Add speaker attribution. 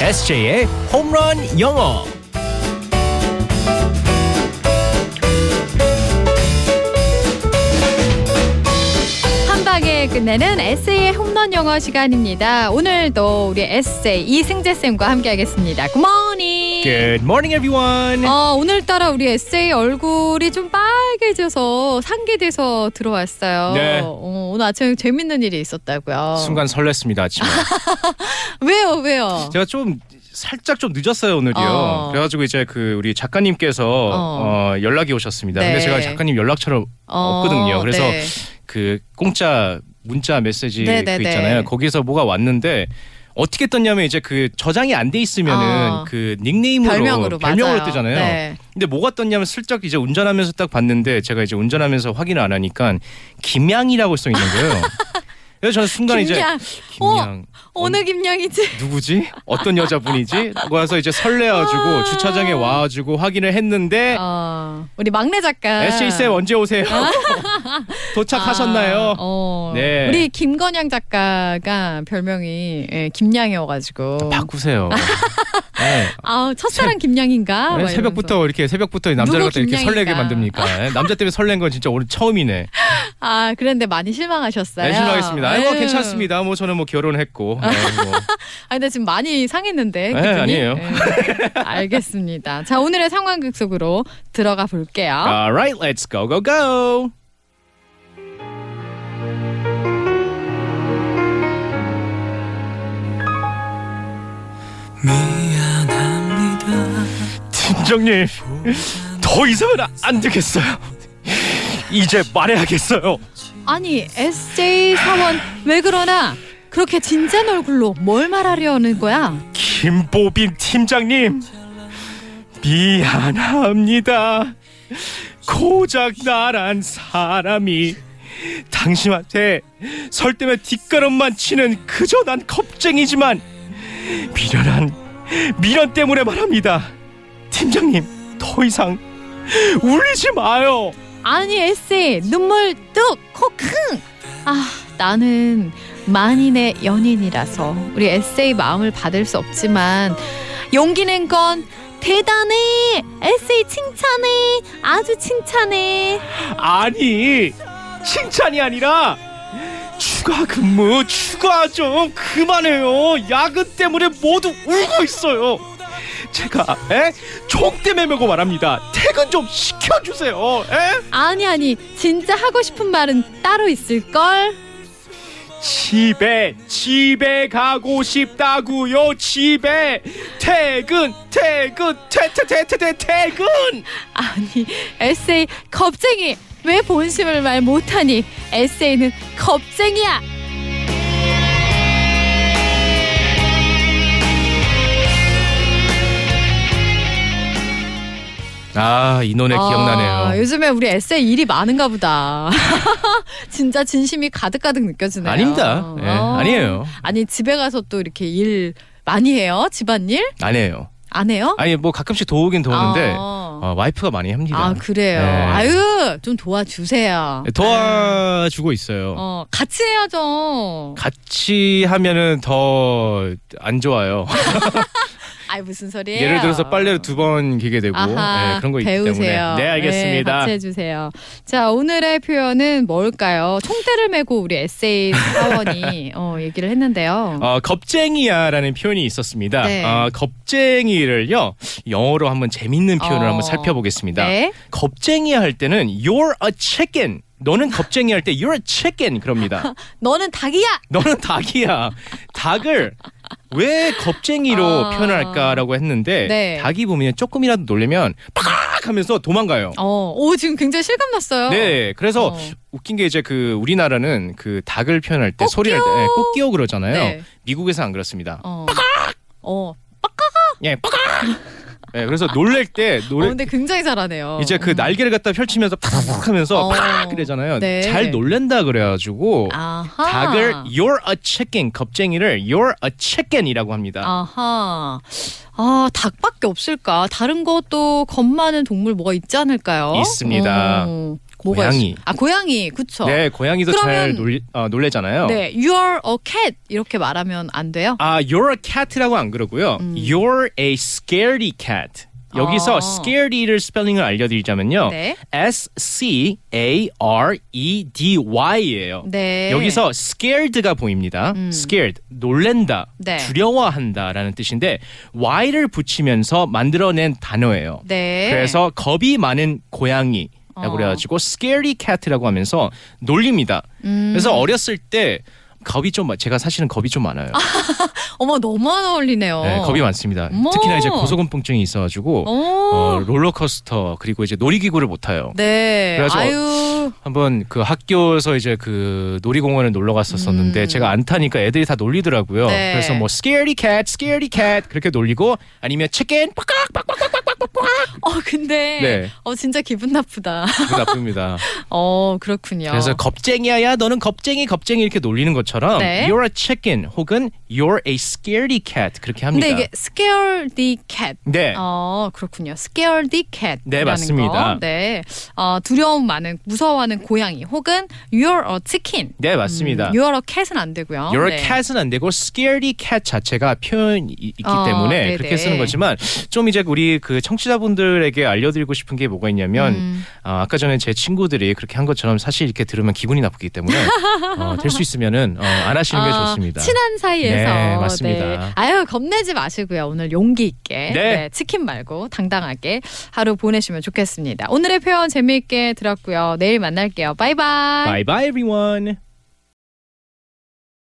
Speaker 1: SJ의 홈런 영어.
Speaker 2: 한 방에 끝내는 에세이의 홈런 영어 시간입니다. 오늘도 우리 에세이 이승재 쌤과 함께하겠습니다. 굿모닝.
Speaker 1: Good morning, everyone.
Speaker 2: 어, 오늘따라 우리 에세이 얼굴이 좀 빨개져서 상기돼서 들어왔어요.
Speaker 1: 네.
Speaker 2: 어, 오늘 아침에 재밌는 일이 있었다고요.
Speaker 1: 순간 설렜습니다 아침에.
Speaker 2: 왜요, 왜요?
Speaker 1: 제가 좀 살짝 좀 늦었어요 오늘이요.
Speaker 2: 어.
Speaker 1: 그래가지고 이제 그 우리 작가님께서
Speaker 2: 어.
Speaker 1: 어, 연락이 오셨습니다.
Speaker 2: 네.
Speaker 1: 근데 제가 작가님 연락처를 없거든요. 그래서
Speaker 2: 네.
Speaker 1: 그 공짜 문자 메시지
Speaker 2: 네, 네,
Speaker 1: 그
Speaker 2: 네.
Speaker 1: 있잖아요. 거기서 뭐가 왔는데 어떻게 떴냐면 이제 그 저장이 안 돼 있으면은
Speaker 2: 어.
Speaker 1: 그 닉네임으로
Speaker 2: 별명으로
Speaker 1: 별명으로
Speaker 2: 맞아요.
Speaker 1: 뜨잖아요.
Speaker 2: 네.
Speaker 1: 근데 뭐가 떴냐면 슬쩍 이제 운전하면서 딱 봤는데 제가 이제 운전하면서 확인을 안 하니까 김양이라고 써 있는 거예요. 그래서 저는 순간 이제
Speaker 2: 김양
Speaker 1: 김양
Speaker 2: 어느 김양이지?
Speaker 1: 누구지? 어떤 여자분이지? 라고 해서 이제 설레가지고
Speaker 2: 아.
Speaker 1: 주차장에 와가지고 확인을 했는데
Speaker 2: 어, 우리 막내 작가.
Speaker 1: SJ 네. 쌤 언제 오세요?
Speaker 2: 아,
Speaker 1: 도착하셨나요?
Speaker 2: 어.
Speaker 1: 네.
Speaker 2: 우리 김건양 작가가 별명이 예,
Speaker 1: 아,
Speaker 2: 김양이어가지고.
Speaker 1: 바꾸세요. 네.
Speaker 2: 아우 첫사랑 김양인가?
Speaker 1: 네,
Speaker 2: 아. 막
Speaker 1: 새벽부터 이렇게 새벽부터
Speaker 2: 누구
Speaker 1: 남자를 갖다 이렇게
Speaker 2: 김양이니까.
Speaker 1: 설레게 만듭니까? 네, 남자 때문에 설렌 건 진짜 오늘 처음이네.
Speaker 2: 이러면서. 아 그런데 많이 실망하셨어요.
Speaker 1: 네, 실망했습니다. 아니, 뭐
Speaker 2: 아유.
Speaker 1: 괜찮습니다. 뭐 저는 뭐 결혼했고. 네, 뭐.
Speaker 2: 아 근데 지금 많이 상했는데.
Speaker 1: 네,
Speaker 2: 기분이?
Speaker 1: 아니에요.
Speaker 2: 예. 알겠습니다. 자 오늘의 상황극 속으로 들어가 볼게요.
Speaker 1: Alright, let's go go go.
Speaker 3: 미안합니다.
Speaker 1: 팀장님, 더 이상은 안 되겠어요. 이제 말해야겠어요.
Speaker 2: 아니 SJ 사원 왜 그러나 그렇게 진짠 얼굴로 뭘 말하려는 거야?
Speaker 1: 김보빈 팀장님 미안합니다. 고작 나란 사람이 당신한테 설때며 뒷걸음만 치는 그저 난 겁쟁이지만 미련한 미련 때문에 말합니다. 팀장님 더 이상 울리지 마요.
Speaker 2: 아니 에세이 눈물 뚝코킁 아 나는 만인의 연인이라서 우리 에세이 마음을 받을 수 없지만 용기 낸 건 대단해 에세이 칭찬해 아주 칭찬해
Speaker 1: 아니 칭찬이 아니라 추가 근무 추가 좀 그만해요 야근 때문에 모두 울고 있어요 제가 에? 종 때문에 메고 말합니다 퇴근 좀 시켜주세요 에?
Speaker 2: 아니 아니 진짜 하고 싶은 말은 따로 있을걸
Speaker 1: 집에 집에 가고 싶다고요 집에 퇴근 퇴근 퇴퇴퇴퇴퇴 퇴근
Speaker 2: 아니 에세이 겁쟁이 왜 본심을 말 못하니 에세이는 겁쟁이야
Speaker 1: 아이 노래
Speaker 2: 아, 요즘에 우리 에세이 일이 많은가 보다. 진짜 진심이 가득가득 느껴지네요.
Speaker 1: 예,
Speaker 2: 어. 아니 집에 가서 또 이렇게 일 많이 해요? 집안일?
Speaker 1: 아니에요
Speaker 2: 안 해요?
Speaker 1: 아니 뭐 가끔씩 도우긴
Speaker 2: 어.
Speaker 1: 어, 와이프가 많이 합니다.
Speaker 2: 아 그래요.
Speaker 1: 네.
Speaker 2: 아유 좀 도와주세요.
Speaker 1: 도와주고 있어요.
Speaker 2: 어 같이 해야죠.
Speaker 1: 같이 하면은 더 안 좋아요.
Speaker 2: 아이 무슨 소리예요?
Speaker 1: 예를 들어서 빨래를 두 번 기게 되고
Speaker 2: 아하,
Speaker 1: 네, 그런 거 있기
Speaker 2: 배우세요.
Speaker 1: 때문에. 네
Speaker 2: 네,
Speaker 1: 알겠습니다.
Speaker 2: 같이 해주세요. 자 오늘의 표현은 뭘까요? 총대를 메고 우리 에세이 사원이 어, 얘기를 했는데요.
Speaker 1: 어, 겁쟁이야라는 표현이 있었습니다.
Speaker 2: 네.
Speaker 1: 어, 겁쟁이를요 영어로 한번 재밌는 표현을
Speaker 2: 어.
Speaker 1: 한번 살펴보겠습니다.
Speaker 2: 네.
Speaker 1: 겁쟁이야 할 때는 you're a chicken. 너는 겁쟁이 할 때 you're a chicken 그럽니다.
Speaker 2: 너는 닭이야.
Speaker 1: 너는 닭이야. 닭을 왜 겁쟁이로
Speaker 2: 아.
Speaker 1: 표현할까라고 했는데
Speaker 2: 네.
Speaker 1: 닭이 보면 조금이라도 놀래면 팍 하면서 도망가요.
Speaker 2: 어, 오 지금 굉장히 실감 났어요.
Speaker 1: 네, 그래서
Speaker 2: 어.
Speaker 1: 웃긴 게 이제 그 우리나라는 그 닭을 표현할 때
Speaker 2: 꽃게요.
Speaker 1: 소리를 할 때, 네, 꽃게요 그러잖아요.
Speaker 2: 네.
Speaker 1: 미국에서 안 그렇습니다.
Speaker 2: 어. 어.
Speaker 1: 예, 팍! 네, 그래서 놀랄 때
Speaker 2: 어,
Speaker 1: 놀
Speaker 2: 근데 굉장히 잘하네요.
Speaker 1: 이제 그 날개를 갖다 펼치면서 팍 하면서
Speaker 2: 어.
Speaker 1: 팍 이러잖아요.
Speaker 2: 네.
Speaker 1: 잘 놀랜다 그래가지고
Speaker 2: 아하.
Speaker 1: 닭을 you're a chicken 겁쟁이를 you're a chicken이라고 합니다.
Speaker 2: 아하. 아, 닭밖에 없을까? 다른 것도 겁 많은 동물 뭐가 있지 않을까요?
Speaker 1: 있습니다.
Speaker 2: 어. 뭐가
Speaker 1: 고양이.
Speaker 2: 있- 아 고양이 그쵸.
Speaker 1: 네, 고양이도 잘
Speaker 2: 그러면-
Speaker 1: 놀, 어, 놀래잖아요.
Speaker 2: 네, you're a cat 이렇게 말하면 안 돼요?
Speaker 1: 아, you're a cat라고 안 그러고요. You're a scaredy cat. 여기서
Speaker 2: 음. 아.
Speaker 1: scaredy를 스펠링을 알려드리자면요.
Speaker 2: 네.
Speaker 1: S C A R E D Y예요.
Speaker 2: 네. 음.
Speaker 1: 여기서 scared가 보입니다. scared 놀랜다,
Speaker 2: 네.
Speaker 1: 두려워한다라는 뜻인데 y를 붙이면서 만들어낸 단어예요.
Speaker 2: 네.
Speaker 1: 그래서 겁이 많은 고양이라고
Speaker 2: 어.
Speaker 1: 그래가지고 scary cat라고 하면서 놀립니다.
Speaker 2: 음.
Speaker 1: 그래서 어렸을 때 겁이 좀 많- 제가 사실은 겁이 좀 많아요.
Speaker 2: 어머 너무 안 어울리네요.
Speaker 1: 네, 겁이 많습니다.
Speaker 2: 어머.
Speaker 1: 특히나 이제 고소공포증이 있어가지고 어,
Speaker 2: 어.
Speaker 1: 롤러코스터 그리고 이제 놀이기구를 못 타요.
Speaker 2: 네.
Speaker 1: 그래서-
Speaker 2: 아유.
Speaker 1: 한번 그 학교에서 이제 그 놀이공원에 놀러 갔었었는데 제가 안 타니까 애들이 다 놀리더라고요.
Speaker 2: 음. 네.
Speaker 1: 그래서 뭐 scaredy cat, scaredy cat 그렇게 놀리고 아니면 chicken
Speaker 2: 어 근데
Speaker 1: 네.
Speaker 2: 어 진짜 기분 나쁘다.
Speaker 1: 기분 나쁩니다.
Speaker 2: 어 그렇군요.
Speaker 1: 그래서 겁쟁이야야 너는 겁쟁이 겁쟁이 이렇게 놀리는 것처럼
Speaker 2: 네.
Speaker 1: you're a chicken 혹은 you're a scaredy cat 그렇게 합니다.
Speaker 2: 근데 이게 scare the cat.
Speaker 1: 네.
Speaker 2: 어 그렇군요. scare the cat.
Speaker 1: 네, 맞습니다.
Speaker 2: 거. 네. 어 두려움 많은 무서워하는 고양이 혹은 you're a chicken.
Speaker 1: 네, 맞습니다.
Speaker 2: 음, you're a cat은 안 되고요.
Speaker 1: Your
Speaker 2: 네.
Speaker 1: cat은 안 되고 scaredy cat 자체가 표현이 있기
Speaker 2: 어,
Speaker 1: 때문에
Speaker 2: 네네.
Speaker 1: 그렇게 쓰는 거지만 좀 이제 우리 그 청취자분들에게 알려드리고 싶은 게 뭐가 있냐면
Speaker 2: 음.
Speaker 1: 아, 아까 전에 제 친구들이 그렇게 한 것처럼 사실 이렇게 들으면 기분이 나쁘기 때문에 어, 될 수 있으면은 어, 안 하시는 게
Speaker 2: 아,
Speaker 1: 좋습니다.
Speaker 2: 친한 사이에서
Speaker 1: 네, 맞습니다.
Speaker 2: 네. 아유 겁내지 마시고요. 오늘 용기 있게
Speaker 1: 네.
Speaker 2: 네, 치킨 말고 당당하게 하루 보내시면 좋겠습니다. 오늘의 표현 재미있게 들었고요. 내일 만날게요. 바이바이.
Speaker 1: Bye bye everyone.